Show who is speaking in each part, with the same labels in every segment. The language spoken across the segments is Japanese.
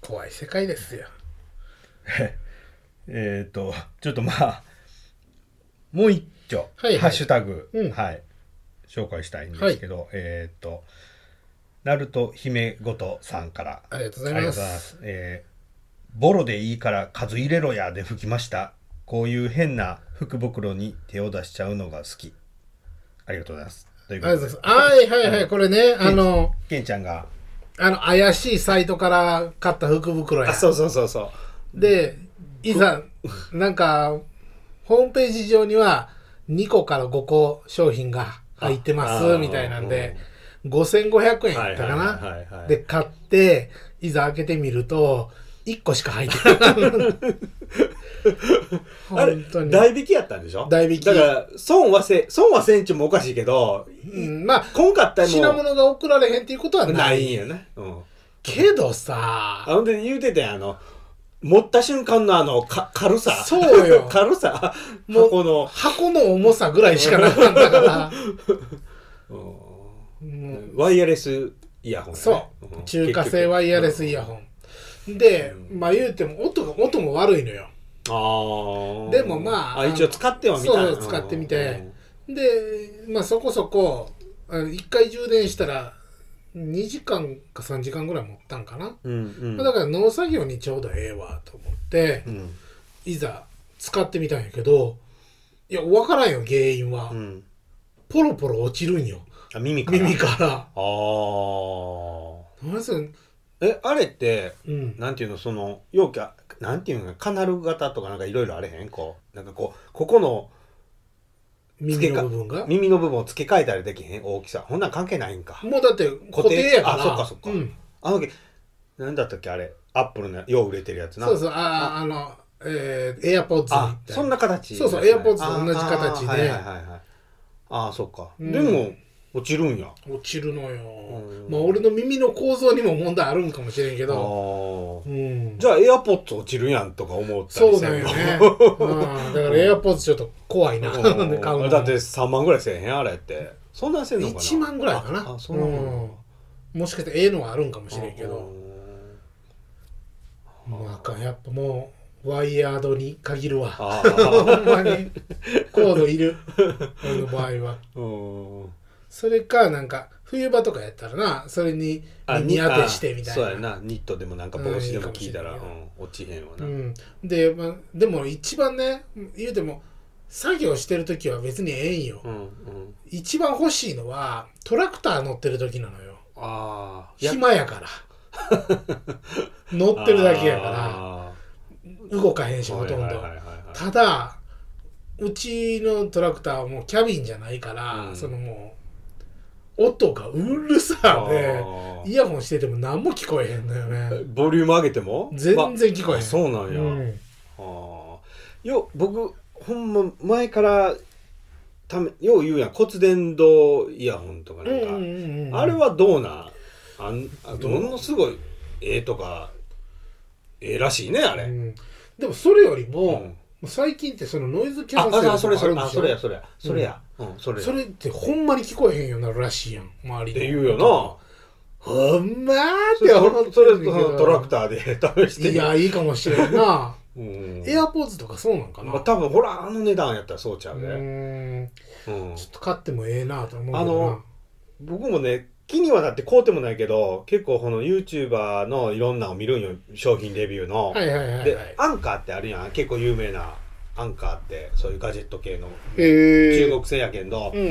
Speaker 1: 怖い世界ですよ。
Speaker 2: えっ、と、ちょっとまあ、もう一丁、
Speaker 1: はいはい
Speaker 2: ハッシュタグ、
Speaker 1: うん
Speaker 2: はい、紹介したいんですけど、えっ、と、ナルト姫ごとさんから。
Speaker 1: ありがとうござい
Speaker 2: あ
Speaker 1: ます
Speaker 2: りがとうございますえーボロでいいから数入れろやで吹きました。こういう変な福袋に手を出しちゃうのが好き。ありがとうございます。というこ
Speaker 1: あり
Speaker 2: と
Speaker 1: がとう
Speaker 2: で
Speaker 1: ござい、ます。はいはいはい、これね、あの、
Speaker 2: ケンちゃんが、
Speaker 1: あの怪しいサイトから買った福袋や
Speaker 3: あ。そうそうそうそう
Speaker 1: で、いざ、なんか、ホームページ上には2個から5個商品が入ってま
Speaker 3: あ
Speaker 1: す
Speaker 3: あ
Speaker 1: みたいなんで、5500円や
Speaker 3: はいは
Speaker 1: ったか
Speaker 3: いはいは
Speaker 1: な。
Speaker 3: い
Speaker 1: で、買って、いざ開けてみると、1個しか入ってない。
Speaker 3: あれ
Speaker 1: 本当に。
Speaker 3: 代引きやったんでしょ
Speaker 1: 代引き
Speaker 3: だから損はせ損はせんちゅうもおかしいけど
Speaker 1: うんまあ、
Speaker 3: 今かった
Speaker 1: 品
Speaker 3: らも
Speaker 1: 物が送られへんっていうことは
Speaker 3: う
Speaker 1: な。
Speaker 3: ないいんやねうん
Speaker 1: けどさ、
Speaker 3: あほんで言うてたやんあの持った瞬間のあのか軽さ
Speaker 1: そうよ
Speaker 3: 軽さ
Speaker 1: もう
Speaker 3: 箱の
Speaker 1: 箱の重さぐらいしかなかっ たから、もう
Speaker 3: ワイヤレスイヤホンやね
Speaker 1: そう、
Speaker 3: ん
Speaker 1: 中華製ワイヤレスイヤ
Speaker 3: ン
Speaker 1: ホン。で、まあ言うても音が、音も悪いのよ。
Speaker 3: ああ
Speaker 1: でもまああの
Speaker 3: 一応使ってはみたいな
Speaker 1: そうそう使ってみて
Speaker 3: うん
Speaker 1: で、まあそこそこ、あの一回充電したら、2時間か3時間ぐらい持ったんかな。
Speaker 3: うんうん
Speaker 1: まあだから農作業にちょうどええわと思って、
Speaker 3: うん
Speaker 1: いざ使ってみたんやけど、いや、わからんよ、原因は。
Speaker 3: うん
Speaker 1: ポロポロ落ちるんよ。
Speaker 3: あ耳から
Speaker 1: 耳から。
Speaker 3: ああ
Speaker 1: まず、
Speaker 3: えあれって
Speaker 1: うん。
Speaker 3: なんていうのその容器あなんていうのカナル型とかなんかいろいろあれへんこうなんかこうここの
Speaker 1: 耳の部分が。
Speaker 3: 耳の部分を付け替えたりできへん大きさほんなん関係ないんか
Speaker 1: もうだって固定やから。
Speaker 3: あそっかそっか
Speaker 1: うん。
Speaker 3: あの時なんだったっけあれアップルのよう売れてるやつな
Speaker 1: そうそう、ああ、あの、えー、エアポッズみ
Speaker 3: あ
Speaker 1: たい
Speaker 3: そんな形
Speaker 1: そうそう
Speaker 3: です
Speaker 1: AirPods と同じ形
Speaker 3: あー
Speaker 1: で
Speaker 3: はいはいはいはいああそっか、
Speaker 1: うん
Speaker 3: でも落ちるんや
Speaker 1: 落ちるのよ
Speaker 3: う。ん
Speaker 1: まあ、俺の耳の構造にも問題あるんかもしれんけ
Speaker 3: あ
Speaker 1: ど。
Speaker 3: ー
Speaker 1: うん。
Speaker 3: じゃあ AirPods 落ちるやんとか思った
Speaker 1: そ
Speaker 3: り
Speaker 1: うなんよ
Speaker 3: せん
Speaker 1: ね。
Speaker 3: の
Speaker 1: うんだからエアポッズちょっと怖いな。買う
Speaker 3: うん
Speaker 1: の。
Speaker 3: だって3万ぐらいせえへんあれってそんなんせんのかな
Speaker 1: 1万ぐらいかな。
Speaker 3: ああそうなの
Speaker 1: うんもしかしてええのはあるんかもしれんけど。
Speaker 3: うん
Speaker 1: まあ、あかん。やっぱもう、ワイヤードに限るわ。
Speaker 3: あ
Speaker 1: ほ
Speaker 3: ー
Speaker 1: んまに、コードいる。俺の場合は。
Speaker 3: うん
Speaker 1: それか、なんか、冬場とかやったらな、それに
Speaker 3: あ
Speaker 1: 耳当てしてみたいな。
Speaker 3: そうやなニットでもなんか帽子でも聞いたら、
Speaker 1: うんいいかもしれ
Speaker 3: うん落ち
Speaker 1: ん
Speaker 3: へんわ
Speaker 1: う
Speaker 3: な、
Speaker 1: ん、で、まあ、でも一番ね言うても作業してる時は別にええんよ、
Speaker 3: うんうん
Speaker 1: 一番欲しいのはトラクター乗ってる時なのよ
Speaker 3: ああ
Speaker 1: 暇やから 乗ってるだけやから
Speaker 3: あ
Speaker 1: 動かへんし
Speaker 3: ー
Speaker 1: ほとんど、
Speaker 3: はいはいはいはい
Speaker 1: ただうちのトラクターはもうキャビンじゃないから、
Speaker 3: うん
Speaker 1: そのもう音がうるさで
Speaker 3: あー
Speaker 1: イヤホンしてても何も聞こえへんのよね
Speaker 3: ボリューム上げても
Speaker 1: 全
Speaker 3: ま
Speaker 1: 然聞こえへん、
Speaker 3: あそうなんや、
Speaker 1: うん
Speaker 3: あーよ僕ほんま前からためよう言うやん骨伝導イヤホンとかなんか、
Speaker 1: うんうんうんうん
Speaker 3: あれはどうなんあんあ
Speaker 1: どう
Speaker 3: ものすごいええとかええらしいねあれ、
Speaker 1: うんでもそれよりも、
Speaker 3: うん
Speaker 1: もう最近ってそのノイズキ
Speaker 3: あ
Speaker 1: ャンセルとか
Speaker 3: あそれそれ
Speaker 1: あ
Speaker 3: あ
Speaker 1: るでしょ
Speaker 3: それやそれやそれや、うん、それや
Speaker 1: それってほんまに聞こえへんようになるらしいやん周り
Speaker 3: って
Speaker 1: の
Speaker 3: 言うよ
Speaker 1: ほんま
Speaker 3: な
Speaker 1: ーって思って
Speaker 3: それそ
Speaker 1: るけ
Speaker 3: れ
Speaker 1: ど
Speaker 3: そのトラクターで試して
Speaker 1: いやいいかもしれんな
Speaker 3: うん
Speaker 1: エアポーズとかそうなんかな、
Speaker 3: まあ多分ほらあの値段やったらそうちゃ
Speaker 1: う
Speaker 3: うね、
Speaker 1: ーん
Speaker 3: うん
Speaker 1: ちょっと買ってもええなと思うけどな
Speaker 3: あの僕もね気にはなってこうてもないけど結構この YouTuber のいろんなのを見るんよ商品レビューの、
Speaker 1: はいはいはいはい
Speaker 3: でアンカーってあるやん結構有名なアンカーってそういうガジェット系の
Speaker 1: えー、
Speaker 3: 中国製やけんど、
Speaker 1: うん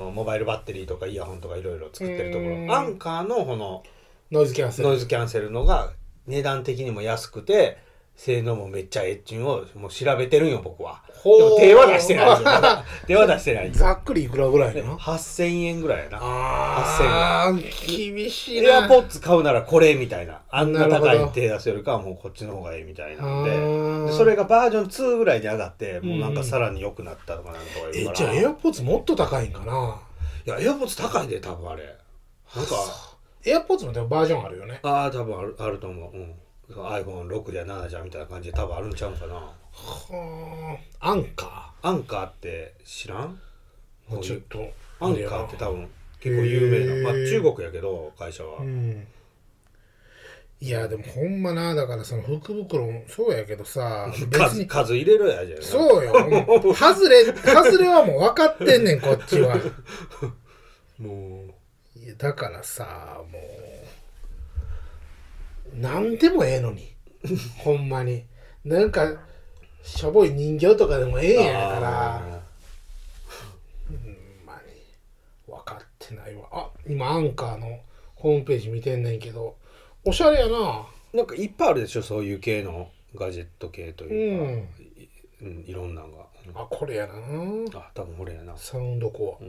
Speaker 1: うん
Speaker 3: モバイルバッテリーとかイヤホンとかいろいろ作ってるとこ
Speaker 1: うん
Speaker 3: ろアンカーのこの
Speaker 1: ノイズキャンセル
Speaker 3: ノイズキャンセルのが値段的にも安くて性能もめっちゃエッチンをもう調べてるんよ僕は
Speaker 1: ほう
Speaker 3: でも手は出してないよまだ手は出してない
Speaker 1: ざっくりいくらぐらい
Speaker 3: で
Speaker 1: な
Speaker 3: 8000円ぐらいやな
Speaker 1: あー厳しい
Speaker 3: エ
Speaker 1: な
Speaker 3: アポッツ買うならこれみたいな。あんな高
Speaker 1: なるほ
Speaker 3: い
Speaker 1: ど
Speaker 3: 手出せるかもうこっちの方がいいみたいなん
Speaker 1: あ
Speaker 3: で。
Speaker 1: ー
Speaker 3: でそれがバージョン2ぐらいに上がって、もうなん
Speaker 1: うんうん
Speaker 3: かさらに良くなったとかなんとか
Speaker 1: え
Speaker 3: 言うから。
Speaker 1: じゃあエアポーズもっと高いんかない
Speaker 3: や、エアポッツ高いで、多分あれ。なんか、
Speaker 1: エアポーズもでもバージョンあるよね
Speaker 3: ああ、多分あるあると思う。うん。iPhone6 じゃ7じゃみたいな感じで多分あるんちゃうんかな。
Speaker 1: はあアンカ
Speaker 3: アンカーって知らん
Speaker 1: ーも
Speaker 3: こ
Speaker 1: う
Speaker 3: うい
Speaker 1: ちょっ
Speaker 3: う
Speaker 1: と
Speaker 3: アンカーって多分結構有名な。まあ
Speaker 1: へー
Speaker 3: 中国やけど、会社は。
Speaker 1: うんいやでもほんまなだからその福袋もそうやけ どさ別
Speaker 3: 数
Speaker 1: に
Speaker 3: 数入れろやじゃん
Speaker 1: そうよもう外れ外れはもう分かってんねんこっちは
Speaker 3: もう
Speaker 1: いやだからさもう何でもええのにほんまになんかしょぼい人形とかでもええんやから
Speaker 3: あ
Speaker 1: ほんまに分かってないわあ今アンカーのホームページ見てんねんけどおしゃれやな
Speaker 3: ーなんかいっぱいあるでしょそういう系のガジェット系と
Speaker 1: う
Speaker 3: いうか、
Speaker 1: ん
Speaker 3: うんいろんなのが、うん
Speaker 1: あこれやな
Speaker 3: あ多分俺やな、
Speaker 1: サウンドコア
Speaker 3: うん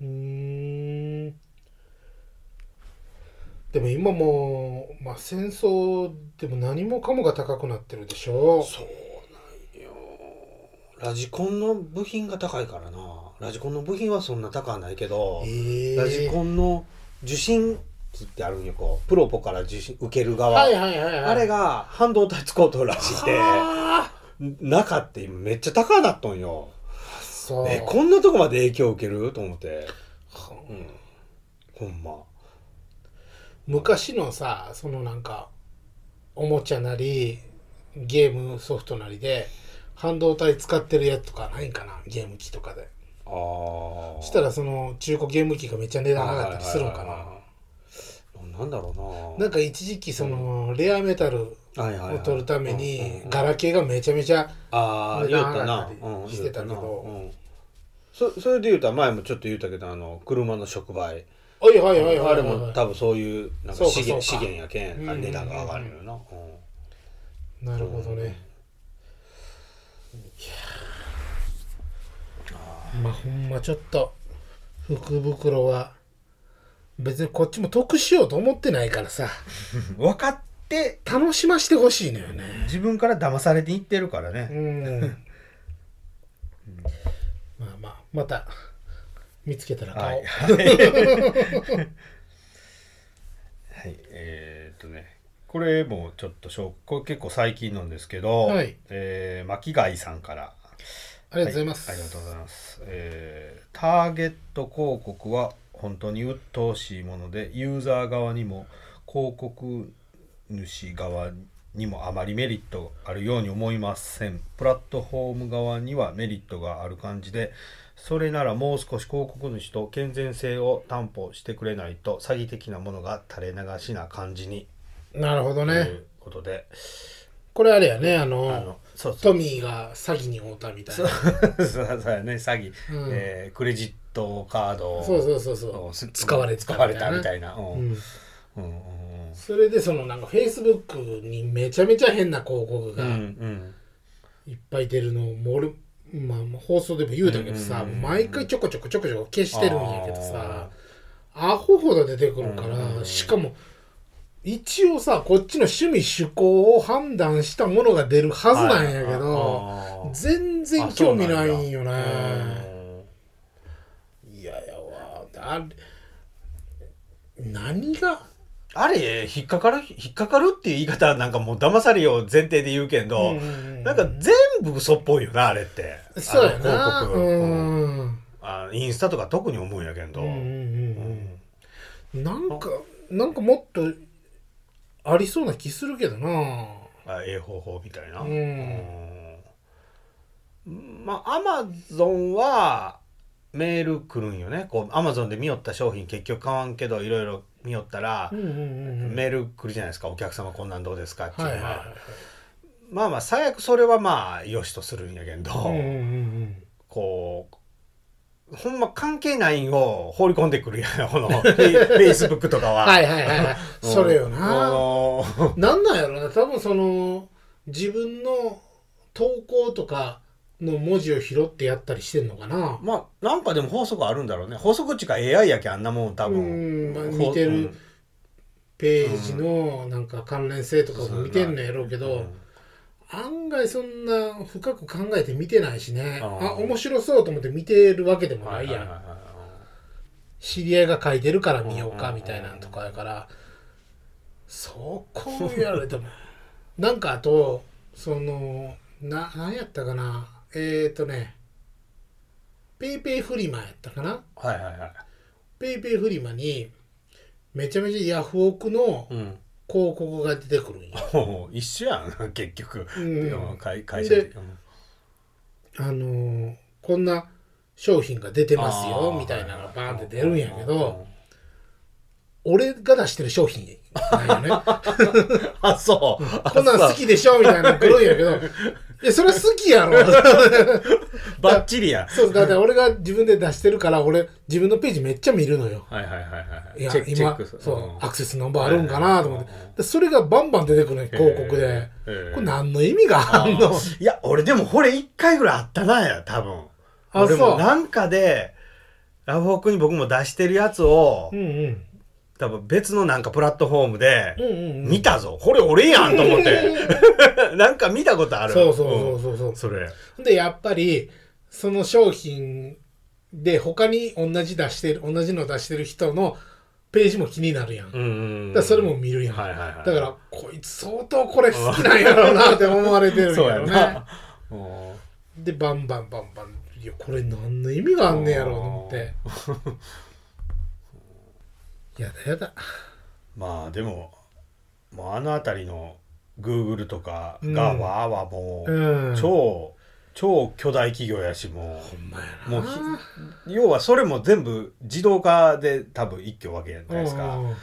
Speaker 1: うーんでも今もう、まあ、戦争でも何もかもが高くなってるでしょ
Speaker 3: そうなんよラジコンの部品が高いからなラジコンの部品はそんな高はないけど、
Speaker 1: ええ
Speaker 3: ラジコンの受信機ってあるんよこうプロポから受信受ける側、
Speaker 1: はいはいはいはい
Speaker 3: あれが半導体使うとるらしくて
Speaker 1: はあ
Speaker 3: 中って今めっちゃ高なっとんよ
Speaker 1: そう
Speaker 3: えこんなとこまで影響受けると思って、うん、ほんま
Speaker 1: 昔のさそのなんかおもちゃなりゲームソフトなりで半導体使ってるやつとかないんかなゲーム機とかで
Speaker 3: ああ
Speaker 1: そしたらその中古ゲーム機がめっちゃ値段上がったりするんかな
Speaker 3: ななんだろう
Speaker 1: な
Speaker 3: なん
Speaker 1: か一時期そのレアメタル
Speaker 3: はいはいはい
Speaker 1: を取るため
Speaker 3: うんうん
Speaker 1: に
Speaker 3: うん
Speaker 1: ガラケーがめちゃめちゃ
Speaker 3: ああ
Speaker 1: 値
Speaker 3: 言
Speaker 1: 段
Speaker 3: う
Speaker 1: 上
Speaker 3: た
Speaker 1: がっ
Speaker 3: な
Speaker 1: たり
Speaker 3: うん
Speaker 1: してたけ
Speaker 3: 言
Speaker 1: ど
Speaker 3: うたなうんそそれで言うたら前もちょっと言うたけどあの車の触媒
Speaker 1: 「おいお
Speaker 3: あ
Speaker 1: いおいおいおいおい」
Speaker 3: れも多分そういうなん
Speaker 1: そ
Speaker 3: か
Speaker 1: う
Speaker 3: 資
Speaker 1: か
Speaker 3: 源
Speaker 1: そ
Speaker 3: 資
Speaker 1: うか
Speaker 3: 源やけんあ
Speaker 1: うん
Speaker 3: 値段が上がるよなうん
Speaker 1: なるほどね、まあほんまちょっと福袋は別にこっちも得しようと思ってないからさ
Speaker 2: 分かって
Speaker 1: 楽しましてほしいのよね
Speaker 2: 自分から騙されていってるからね、
Speaker 1: うんまあまあまた見つけたら
Speaker 2: は
Speaker 1: 買
Speaker 2: い。
Speaker 1: おう、
Speaker 2: はい、えーっとね、これもちょっとしょ、これ結構最近なんですけど、
Speaker 1: はい
Speaker 2: えー巻貝さんから。
Speaker 1: ありがとうございます、
Speaker 2: はいありがとうございます。えーターゲット広告は本当に鬱陶しいもので、ユーザー側にも広告主側にもあまりメリットあるように思いません。プラットフォーム側にはメリットがある感じで、それならもう少し広告主と健全性を担保してくれないと詐欺的なものが垂れ流しな感じに
Speaker 1: なるほど
Speaker 2: と
Speaker 1: ね、
Speaker 2: いうことで、
Speaker 1: これあれやねあの
Speaker 2: あのそうそう
Speaker 1: トミーが詐欺に遭うたみたい
Speaker 2: そう
Speaker 1: な
Speaker 2: そうそうやね詐欺、
Speaker 1: うん
Speaker 2: えークレジットカードを
Speaker 1: そうそうそうそう
Speaker 2: す
Speaker 1: 使われて
Speaker 2: 使
Speaker 1: た
Speaker 2: われたみたいなう
Speaker 1: うんん
Speaker 2: うんうん
Speaker 1: それでそのなんかフェイスブックにめちゃめちゃ変な広告
Speaker 2: う
Speaker 1: が
Speaker 2: んうん
Speaker 1: いっぱい出るのをもう俺、まあ、放送でも言うたけどさ、
Speaker 2: うんうんうんうん
Speaker 1: 毎回ちょこちょこちょこちょこ消してるんやけどさアホほど出てくるから、
Speaker 2: うんうんうん
Speaker 1: しかも一応さこっちの趣味趣向を判断したものが出るはずなんやけど
Speaker 2: あ
Speaker 1: 全
Speaker 2: あ
Speaker 1: 然
Speaker 2: あ
Speaker 1: 興味ないんよ
Speaker 2: そうなん
Speaker 1: ね。
Speaker 2: や
Speaker 1: いややわあれ何が
Speaker 3: あれ引っかかる引っかかるっていう言い方はなんかもう騙されよう前提で言うけど、なんか全部嘘っぽいよなあれって
Speaker 1: そう
Speaker 3: あ
Speaker 1: やな
Speaker 3: の広
Speaker 1: う
Speaker 3: 告、うん
Speaker 1: ん
Speaker 3: あインスタとか特に思うんやけど、
Speaker 1: うんう
Speaker 3: う
Speaker 1: んうんうん
Speaker 3: ん
Speaker 1: なんかなんかもっとありそうな気するけどな
Speaker 3: あええ方法みたいな、
Speaker 1: うん
Speaker 3: うんまあアマゾンはメール来るんよねこうアマゾンで見よった商品結局買わんけどいろいろ見よったら
Speaker 1: うん、うんうんうん
Speaker 3: メール来るじゃないですかお客様こんなんどうですかっていう
Speaker 1: はい
Speaker 3: の
Speaker 1: は
Speaker 3: は、
Speaker 1: いは
Speaker 3: まあまあ最悪それはまあ良しとするんやけど、
Speaker 1: いうんうんうん
Speaker 3: こうほんま関係ないんを放り込んでくるやんこ のフェイスブックとかは。
Speaker 1: はいはいはいはい
Speaker 3: うん
Speaker 1: それよ
Speaker 3: あ
Speaker 1: な
Speaker 3: のー
Speaker 1: なんなんやろな多分その自分の投稿とかの文字を拾ってやったりしてんのかな
Speaker 3: まあなんかでも法則あるんだろうね法則っちゅうか AI やけんあんなもん多
Speaker 1: う
Speaker 3: 分、
Speaker 1: んまあ
Speaker 3: ほ
Speaker 1: 似てる
Speaker 3: うん
Speaker 1: ページのなんか関連性とかも見てんのやろうけ
Speaker 3: う
Speaker 1: ど
Speaker 3: ん
Speaker 1: 案外そんな深く考えて見てないしね
Speaker 3: あー
Speaker 1: あ面白そうと思って見てるわけでもないや
Speaker 3: はは
Speaker 1: ん
Speaker 3: は
Speaker 1: 知り合いが書いてるから見ようかみたいなんとかやからそこをやられてもなんかあとそのな何やったかなえっ、ー、とねペイペイフリマやったかな
Speaker 3: はいはいはいはいはい
Speaker 1: ペイペイフリマにめちゃめちゃヤフオクの
Speaker 3: うん
Speaker 1: 広告が出てくる んよ。
Speaker 3: ほう一緒やん結局、
Speaker 1: うん
Speaker 3: 会会社
Speaker 1: であのーこんな商品が出てますよみたいなのがバーンって出るんやけど、俺が出してる商品なんよね。
Speaker 3: あそうあ
Speaker 1: こんなん 好きでしょみたいなの来るんやけど、いや、それは好きやろ。
Speaker 3: そうバッチリや
Speaker 1: そう、だって俺が自分で出してるから、俺、自分のページめっちゃ見るのよ。
Speaker 3: はいはいはいはい
Speaker 1: いや
Speaker 3: チェッ、クチェッ
Speaker 1: 今
Speaker 3: ク、
Speaker 1: そう、ア
Speaker 3: ん
Speaker 1: クセスナンバーあるんかなと思
Speaker 3: は
Speaker 1: っ
Speaker 3: いはいはい
Speaker 1: て。でそれがバンバン出てくるのよ、広告で。
Speaker 3: へーへー
Speaker 1: これ何の意味があんの
Speaker 3: いや俺でもこれ一回ぐらいあったなや多分
Speaker 1: あ
Speaker 3: 俺
Speaker 1: そ
Speaker 3: も
Speaker 1: う
Speaker 3: なんかでラブホックに僕も出してるやつを、
Speaker 1: うんうん。
Speaker 3: 多分別のなんかプラットフォームで、
Speaker 1: うんうんうん。
Speaker 3: 見たぞこれ俺やんと思って なんか見たことある
Speaker 1: そうそうそうそううんそ
Speaker 3: それ
Speaker 1: う。で、やっぱり、その商品で他に同じ出してる、同じの出してる人のページも気になるやん。だ
Speaker 3: う
Speaker 1: か
Speaker 3: んうんうん
Speaker 1: らそれも見るやん。
Speaker 3: はいはいはい
Speaker 1: だから、こいつ相当これ好きなんやろうなって思われてるん
Speaker 3: そう
Speaker 1: や
Speaker 3: や
Speaker 1: ろね
Speaker 3: な。 うん
Speaker 1: で、バンバンバンバン。いや、これ何の意味があんねやろうと思って。やだやだ。
Speaker 3: まあでももうあの辺りのグーグルとか
Speaker 1: うん
Speaker 3: がわーわーもう、
Speaker 1: うん。
Speaker 3: 超超巨大企業やしも
Speaker 1: ほんまや
Speaker 3: も
Speaker 1: な。
Speaker 3: うひう要はそれも全部自動化で多分一挙わけじゃないですか、
Speaker 1: うん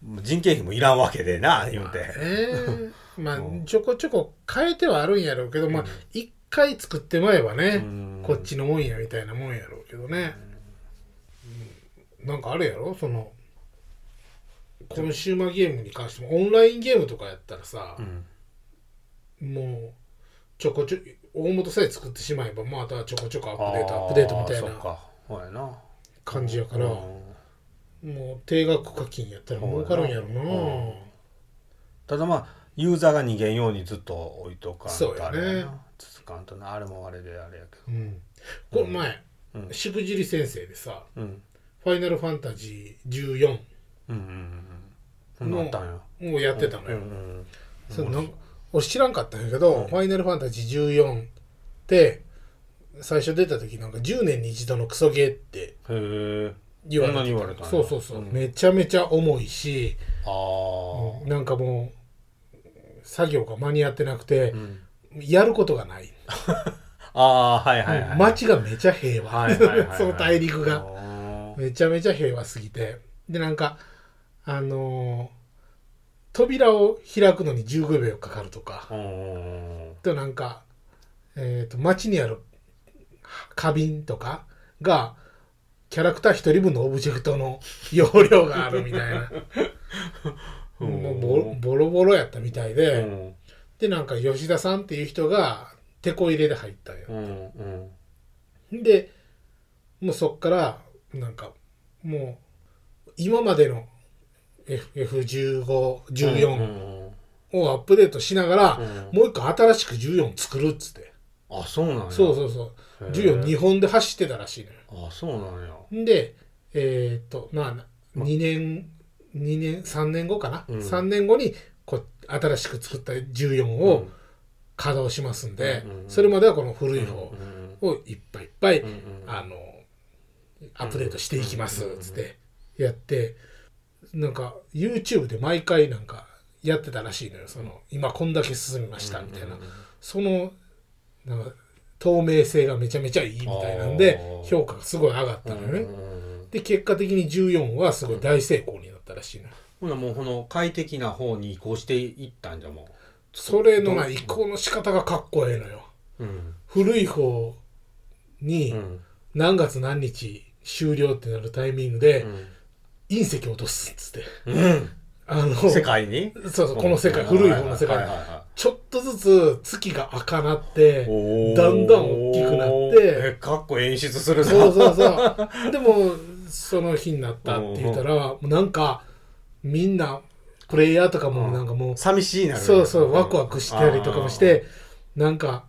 Speaker 3: もう人件費もいらんわけでな言うて、
Speaker 1: ええまあ
Speaker 3: うん
Speaker 1: ちょこちょこ変えてはあるんやろうけどまあ
Speaker 3: うん
Speaker 1: 一回作ってまえば
Speaker 3: う
Speaker 1: ね、
Speaker 3: ん
Speaker 1: こっちのもんやみたいなもんやろうけどね、うんなんかあれやろそのコンシューマーゲームに関してもオンラインゲームとかやったらさ
Speaker 3: う、ん
Speaker 1: もうちょこちょ大元さえ作ってしまえばまああとはちょこちょこアップデートアップデートみたい
Speaker 3: あーそっ
Speaker 1: な
Speaker 3: かほやな
Speaker 1: 感じやから、
Speaker 3: うん
Speaker 1: もう定額課金やったら儲かるんやろな、
Speaker 3: うんただまあユーザーが逃げんようにずっと置いとかん
Speaker 1: そう
Speaker 3: と
Speaker 1: や
Speaker 3: あ
Speaker 1: ね
Speaker 3: れやな続かんとなあれもあれであれやけ
Speaker 1: うん、これ前、
Speaker 3: うん
Speaker 1: しくじり先生でさ
Speaker 3: どうん
Speaker 1: 「ファイナルファンタジー
Speaker 3: うんうんうんうんそんなんあったんや
Speaker 1: 14」をやってたのよ、
Speaker 3: うんうん
Speaker 1: それ
Speaker 3: うん
Speaker 1: なん俺知らんかったんやけど「
Speaker 3: うん
Speaker 1: ファイナルファンタジー14」って最初出た時なんか10年に一度のクソゲーって
Speaker 3: へえ
Speaker 1: 言われて
Speaker 3: そんなに言われたんや
Speaker 1: そうそうそう、
Speaker 3: うん
Speaker 1: めちゃめちゃ重いし、
Speaker 3: ああ
Speaker 1: なんかもう作業が間に合ってなくて
Speaker 3: う、ん
Speaker 1: やることがない、
Speaker 3: ああーはいはいはい
Speaker 1: 街がめちゃ平和、
Speaker 3: はいはいはいはい
Speaker 1: その大陸が
Speaker 3: あー
Speaker 1: めちゃめちゃ平和すぎてでなんかあのー扉を開くのに15秒かかるとか
Speaker 3: うんうんうん
Speaker 1: となんか、えー、と街にある花瓶とかがキャラクター1人分のオブジェクトの容量があるみたい なもうボロボロボロやったみたいで、
Speaker 3: うん
Speaker 1: でなんか吉田さんっていう人が手こ入れで入ったんよ
Speaker 3: うんうん
Speaker 1: でもうそっからなんかもう今までの FF1514
Speaker 3: うん
Speaker 1: をアップデートしながら、
Speaker 3: うん
Speaker 1: もう一個新しく14作るっつって、
Speaker 3: あそうなんや
Speaker 1: そうそうそう
Speaker 3: へー
Speaker 1: 142本で走ってたらしいの
Speaker 3: あそうなんや
Speaker 1: よんでえーっとまあ
Speaker 3: ま
Speaker 1: 2年2年3年後かな、
Speaker 3: うん
Speaker 1: 3年後にこ新しく作った14を稼働しますんで、
Speaker 3: うんうんうん
Speaker 1: それまではこの古い方
Speaker 3: うんうん
Speaker 1: をいっぱいいっぱい、
Speaker 3: うんうん
Speaker 1: あのアップデートしていきますっつってやってなんか YouTube で毎回なんかやってたらしいのよその今こんだけ進みましたみたいなそのなんか透明性がめちゃめちゃいいみたいなんで
Speaker 3: あー
Speaker 1: 評価がすごい上がったのよね
Speaker 3: うんうんうん
Speaker 1: で結果的に14はすごい大成功になったらしいのよ
Speaker 3: ほなもうこの快適な方に移行していったんじゃも
Speaker 1: それのな移行の仕方がかっこええのよ
Speaker 3: う。うん。
Speaker 1: 古い方に
Speaker 3: うん。
Speaker 1: 何月何日終了ってなるタイミングで
Speaker 3: う
Speaker 1: 隕石落とすっつって
Speaker 3: ん。
Speaker 1: あの
Speaker 3: 世界に
Speaker 1: そうそうこの世界古い方の世
Speaker 3: はいはい
Speaker 1: 界
Speaker 3: は
Speaker 1: ちょっとずつ月が赤なって
Speaker 3: いおー
Speaker 1: だんだん大きくなって
Speaker 3: え、かっこ演出するな
Speaker 1: そうそうそうでもその日になったって言ったらもうなんかみんなプレイヤーとかもなんかも う
Speaker 3: 寂しいなる
Speaker 1: そうそうワクワクしたりとかもし。てなんか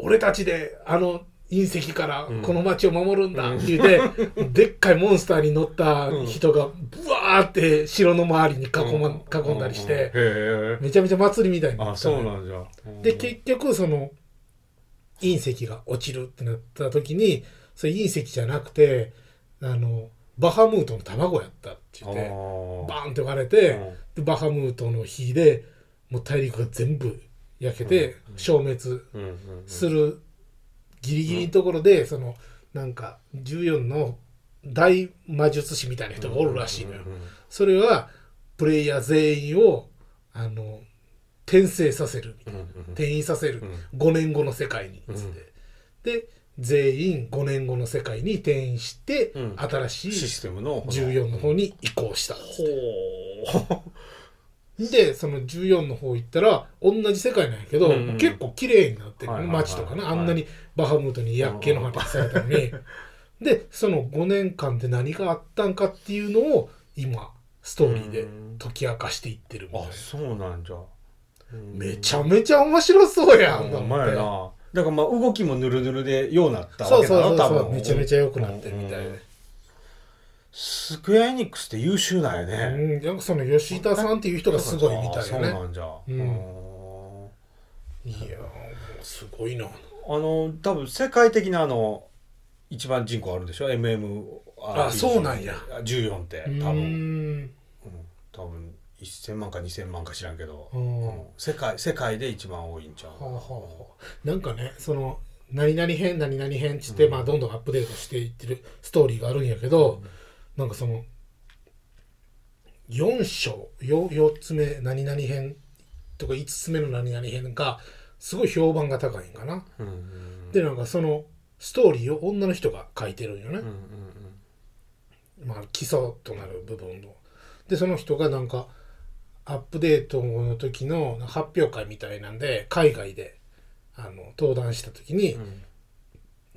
Speaker 1: 俺たちであの隕石からこの街を守るんだって言って、でっかいモンスターに乗った人がブワーって城の周りに囲,、ま、囲んだりして。
Speaker 3: あーへえ。
Speaker 1: めちゃめちゃ祭りみたいにな
Speaker 3: あ、
Speaker 1: った
Speaker 3: そう
Speaker 1: の
Speaker 3: な
Speaker 1: よ
Speaker 3: んじゃ。うん
Speaker 1: で結局その隕石が落ちるってなった時にそれ隕石じゃなくてあのバハムートの卵やったって言って
Speaker 3: あ
Speaker 1: バーンって割れて、
Speaker 3: うん
Speaker 1: でバハムートの火でもう大陸が全部焼けて消滅
Speaker 3: ーうんうん
Speaker 1: するギリギリのところで、そのなんか14の大魔術師みたいな人がおるらしいの
Speaker 3: う
Speaker 1: よ、
Speaker 3: んうんうん
Speaker 1: それはプレイヤー全員をあの転生させるみたいな、
Speaker 3: うんうんうん
Speaker 1: 転移させる、
Speaker 3: う
Speaker 1: 5年後の世界にっつって、で全員5年後の世界に転移して、
Speaker 3: うん
Speaker 1: 新
Speaker 3: シ
Speaker 1: しい
Speaker 3: ステムの
Speaker 1: 14の方に移行したっつって
Speaker 3: ほ
Speaker 1: でその14の方行ったら同じ世界なんやけ
Speaker 3: う
Speaker 1: ど、
Speaker 3: んうん
Speaker 1: 結構綺麗になってる、
Speaker 3: はいはいはい
Speaker 1: 街とかね
Speaker 3: はい
Speaker 1: あんなにバハムートに薬系の話されたのに、 でその5年間で何があったんかっていうのを今ストーリーで解き明かしていってるみたいな
Speaker 3: あそうなんじゃ
Speaker 1: めち
Speaker 3: ゃ
Speaker 1: ゃめちゃ面白そうやんと
Speaker 3: ほん
Speaker 1: 思
Speaker 3: ま
Speaker 1: っ
Speaker 3: や
Speaker 1: て
Speaker 3: なだからまあ動きもぬるぬるでようなった
Speaker 1: そ
Speaker 3: わ
Speaker 1: う
Speaker 3: けだ
Speaker 1: そ
Speaker 3: ろ
Speaker 1: うそ
Speaker 3: 多
Speaker 1: うそう
Speaker 3: 分
Speaker 1: めちゃめちゃ良くなってるみたい
Speaker 3: うん
Speaker 1: で
Speaker 3: スクエアエニックスって優秀なんや
Speaker 1: う
Speaker 3: ね
Speaker 1: んなんかその吉田さんっていう人がすごいみたい
Speaker 3: そう
Speaker 1: なね
Speaker 3: なんじゃ
Speaker 1: うん
Speaker 3: うん
Speaker 1: いやーもうすごいな
Speaker 3: あの多分世界的なあの一番人口あるんでしょ MM
Speaker 1: あそうなんや
Speaker 3: 14って
Speaker 1: う
Speaker 3: 多分う
Speaker 1: ーん
Speaker 3: ん多分1000万か2000万か知らんけど
Speaker 1: うん
Speaker 3: うん世界世界で一番多いんちゃう
Speaker 1: はあはあはあなんかねその何々編何々編っつって、まあどんどんアップデートしていってるストーリーがあるんやけど、なんかその4章 4, 4つ目何々編とか5つ目の何々編がすごい評判が高いんかな、
Speaker 3: うんうん
Speaker 1: でなんかそのストーリーを女の人が書いてるんよね、
Speaker 3: うんうん
Speaker 1: まあ、基礎となる部分の。でその人がなんかアップデートの時の発表会みたいなんで海外であの登壇した時に、
Speaker 3: ん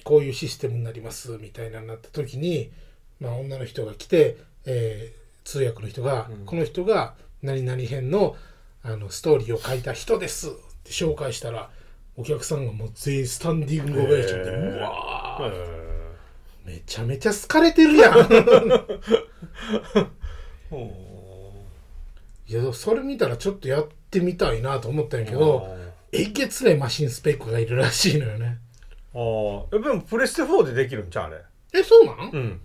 Speaker 1: こういうシステムになりますみたいなのになった時に、まあ、女の人が来て、えー通訳の人が、
Speaker 3: うん
Speaker 1: この人が何々編のあのストーリーを書いた人です」って紹介したらお客さんがもう全員スタンディングオベーションで
Speaker 3: へ
Speaker 1: 「
Speaker 3: ー
Speaker 1: うわー
Speaker 3: へ
Speaker 1: めちゃめちゃ好かれてるやん! 」
Speaker 3: ーほ
Speaker 1: いやそれ見たらちょっとやってみたいなと思ったんや
Speaker 3: う
Speaker 1: けどえげつないマシンスペックがいるらしいのよね
Speaker 3: あーえでもプレステ4でできるんちゃうあれ
Speaker 1: えそうなん、
Speaker 3: うん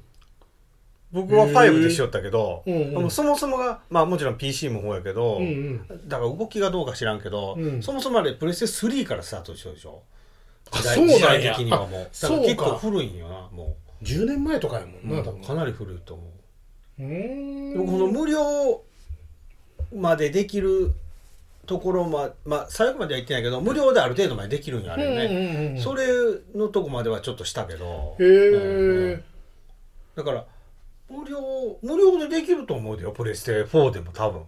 Speaker 3: 僕は5でしよったけど、
Speaker 1: うんうん
Speaker 3: あのそもそもがまあもちろん PC も方やけど、
Speaker 1: うんうん
Speaker 3: だから動きがどうか知らんけど、
Speaker 1: うん
Speaker 3: そもそもあれプレステ3からスタートしようでしょ
Speaker 1: あ
Speaker 3: 時代
Speaker 1: そうなんや
Speaker 3: 時代的にはもうだか
Speaker 1: あ
Speaker 3: ら結
Speaker 1: そう
Speaker 3: 構
Speaker 1: か
Speaker 3: 古いんよなも
Speaker 1: 10年前とかやもん
Speaker 3: う、
Speaker 1: な、
Speaker 3: うん
Speaker 1: 多分
Speaker 3: かなり古いと思う
Speaker 1: うーん
Speaker 3: でもこの無料までできるところままあ最後までは言ってないけど無料である程度までできるんやあれね、
Speaker 1: うんうんうんうん
Speaker 3: それのとこまではちょっとしたけど
Speaker 1: へ
Speaker 3: うんう
Speaker 1: え
Speaker 3: んだから無料無料でできると思うでよプレステ4でも多分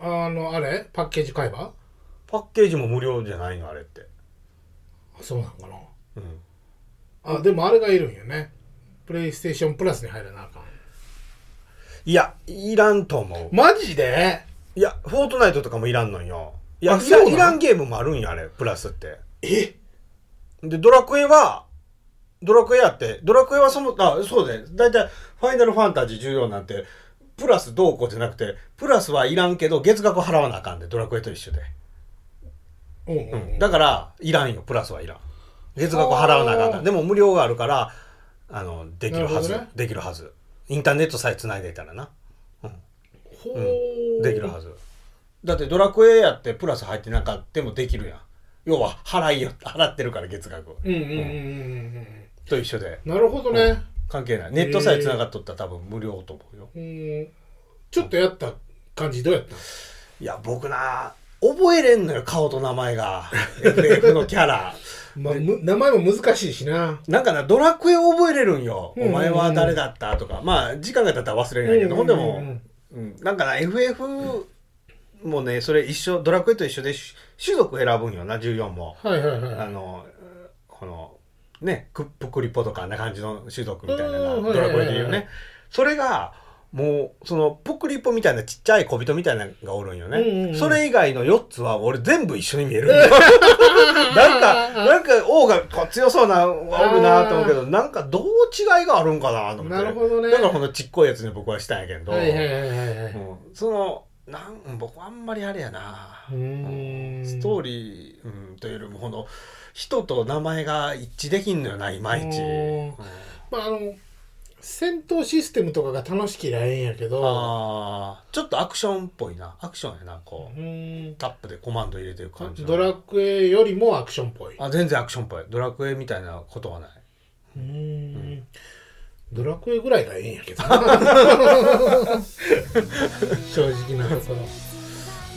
Speaker 1: あのあれパッケージ買えば
Speaker 3: パッケージも無料じゃないのあれって、
Speaker 1: あそうなんかな
Speaker 3: うん、
Speaker 1: あでもあれがいるんよねプレイステーションプラスに入らなあかん
Speaker 3: いやいらんと思う
Speaker 1: マジで
Speaker 3: いやフォートナイトとかもいらんのんよい
Speaker 1: あ
Speaker 3: やい
Speaker 1: そ
Speaker 3: ら
Speaker 1: うなん
Speaker 3: いらんゲームもあるんやあれプラスって
Speaker 1: え
Speaker 3: でドラクエはドラクエやってドラクエはそのあそうだよ大体ファイナルファンタジー14なんてプラスどうこうじゃなくてプラスはいらんけど月額払わなあかんでドラクエと一緒で
Speaker 1: うんうんうん
Speaker 3: だからいらんよプラスはいらん月額払わなあかんか
Speaker 1: あ
Speaker 3: ら
Speaker 1: ー
Speaker 3: でも無料があるからあのできるはず
Speaker 1: なるほどね
Speaker 3: できるはずインターネットさえ繋いでいたらな
Speaker 1: ほう
Speaker 3: できるはずだってドラクエやってプラス入ってなかってもできるやん要は払いよ払ってるから月額
Speaker 1: うんうんうんうんうん
Speaker 3: と一緒で
Speaker 1: うんなるほどね
Speaker 3: 関係ないネットさえ繋がっとったら多分無料と思うよ
Speaker 1: うんちょっとやった感じどうやった
Speaker 3: いや僕な覚えれんのよ顔と名前 が FF のキャラ
Speaker 1: まあ、む名前も難しいしな
Speaker 3: なんかな、ドラクエ覚えれるんよ。
Speaker 1: うんうんうん
Speaker 3: お前は誰だったとか。まあ、時間が経ったら忘れないけど、
Speaker 1: う
Speaker 3: ほ
Speaker 1: ん
Speaker 3: んで
Speaker 1: うんうんうん
Speaker 3: も、うんなんかな、FF もね、それ一緒、ドラクエと一緒で、し種族選ぶんよな、14も。
Speaker 1: はいはいはい
Speaker 3: あの、この、ね、クップクリポとかあんな感じの種族みたいなの
Speaker 1: うん
Speaker 3: が、ドラクエで言う
Speaker 1: はいはいはい
Speaker 3: ね。それが、もう、その、ポクリポみたいなちっちゃい小人みたいなのがおるんよね。
Speaker 1: うんうんうん
Speaker 3: それ以外の4つは、俺全部一緒に見えるん よ。なんか、なんか王がこう強そうな、おるなと思うけど、なんかどう違いがあるんかなと思って。
Speaker 1: なるほどね
Speaker 3: だからこのちっこいやつに僕はしたんやけど、
Speaker 1: はいはいはいはいは
Speaker 3: う
Speaker 1: い
Speaker 3: んその、なん、僕あんまりあれやな
Speaker 1: うーん
Speaker 3: ストーリー、うん、というよりも、この、人と名前が一致できんのよな、いまいち。
Speaker 1: うん
Speaker 3: うん
Speaker 1: まああの戦闘システムとかが楽しきりゃええんやけど
Speaker 3: ああちょっとアクションっぽいなアクションやなこう、
Speaker 1: うん
Speaker 3: タップでコマンド入れてる感じの
Speaker 1: ドラクエよりもアクションっぽい
Speaker 3: あ全然アクションっぽいドラクエみたいなことはない
Speaker 1: うんドラクエぐらいがええんやけど 正直なところ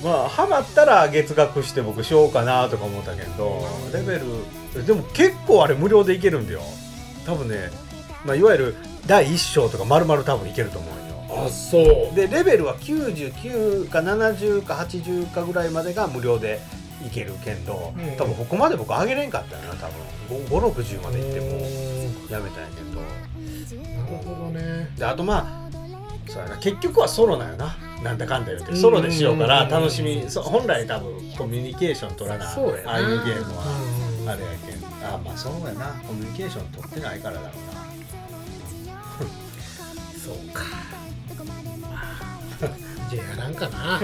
Speaker 3: まあハマったら月額して僕しようかなとか思ったけどレベルえでも結構あれ無料でいけるんだよ多分ね、まあ、いわゆる第1章とか丸々多分いけると思うよ
Speaker 1: あそう
Speaker 3: でレベルは99か70か80かぐらいまでが無料でいけるけど、
Speaker 1: うん
Speaker 3: 多分ここまで僕上げれんかったよな多分560までいっても
Speaker 1: う
Speaker 3: やめたんやけど
Speaker 1: なるほどね
Speaker 3: であとまあそうやな結局はソロなんよななんだかんだ言ってソロでしようから
Speaker 1: うんうんうん
Speaker 3: 楽しみそう本来多分コミュニケーション取らな
Speaker 1: そうやな
Speaker 3: ああいうゲームは
Speaker 1: うん
Speaker 3: あれやけんあまあそうやなコミュニケーション取ってないからだろうな
Speaker 1: そう か。じゃあやらんかな。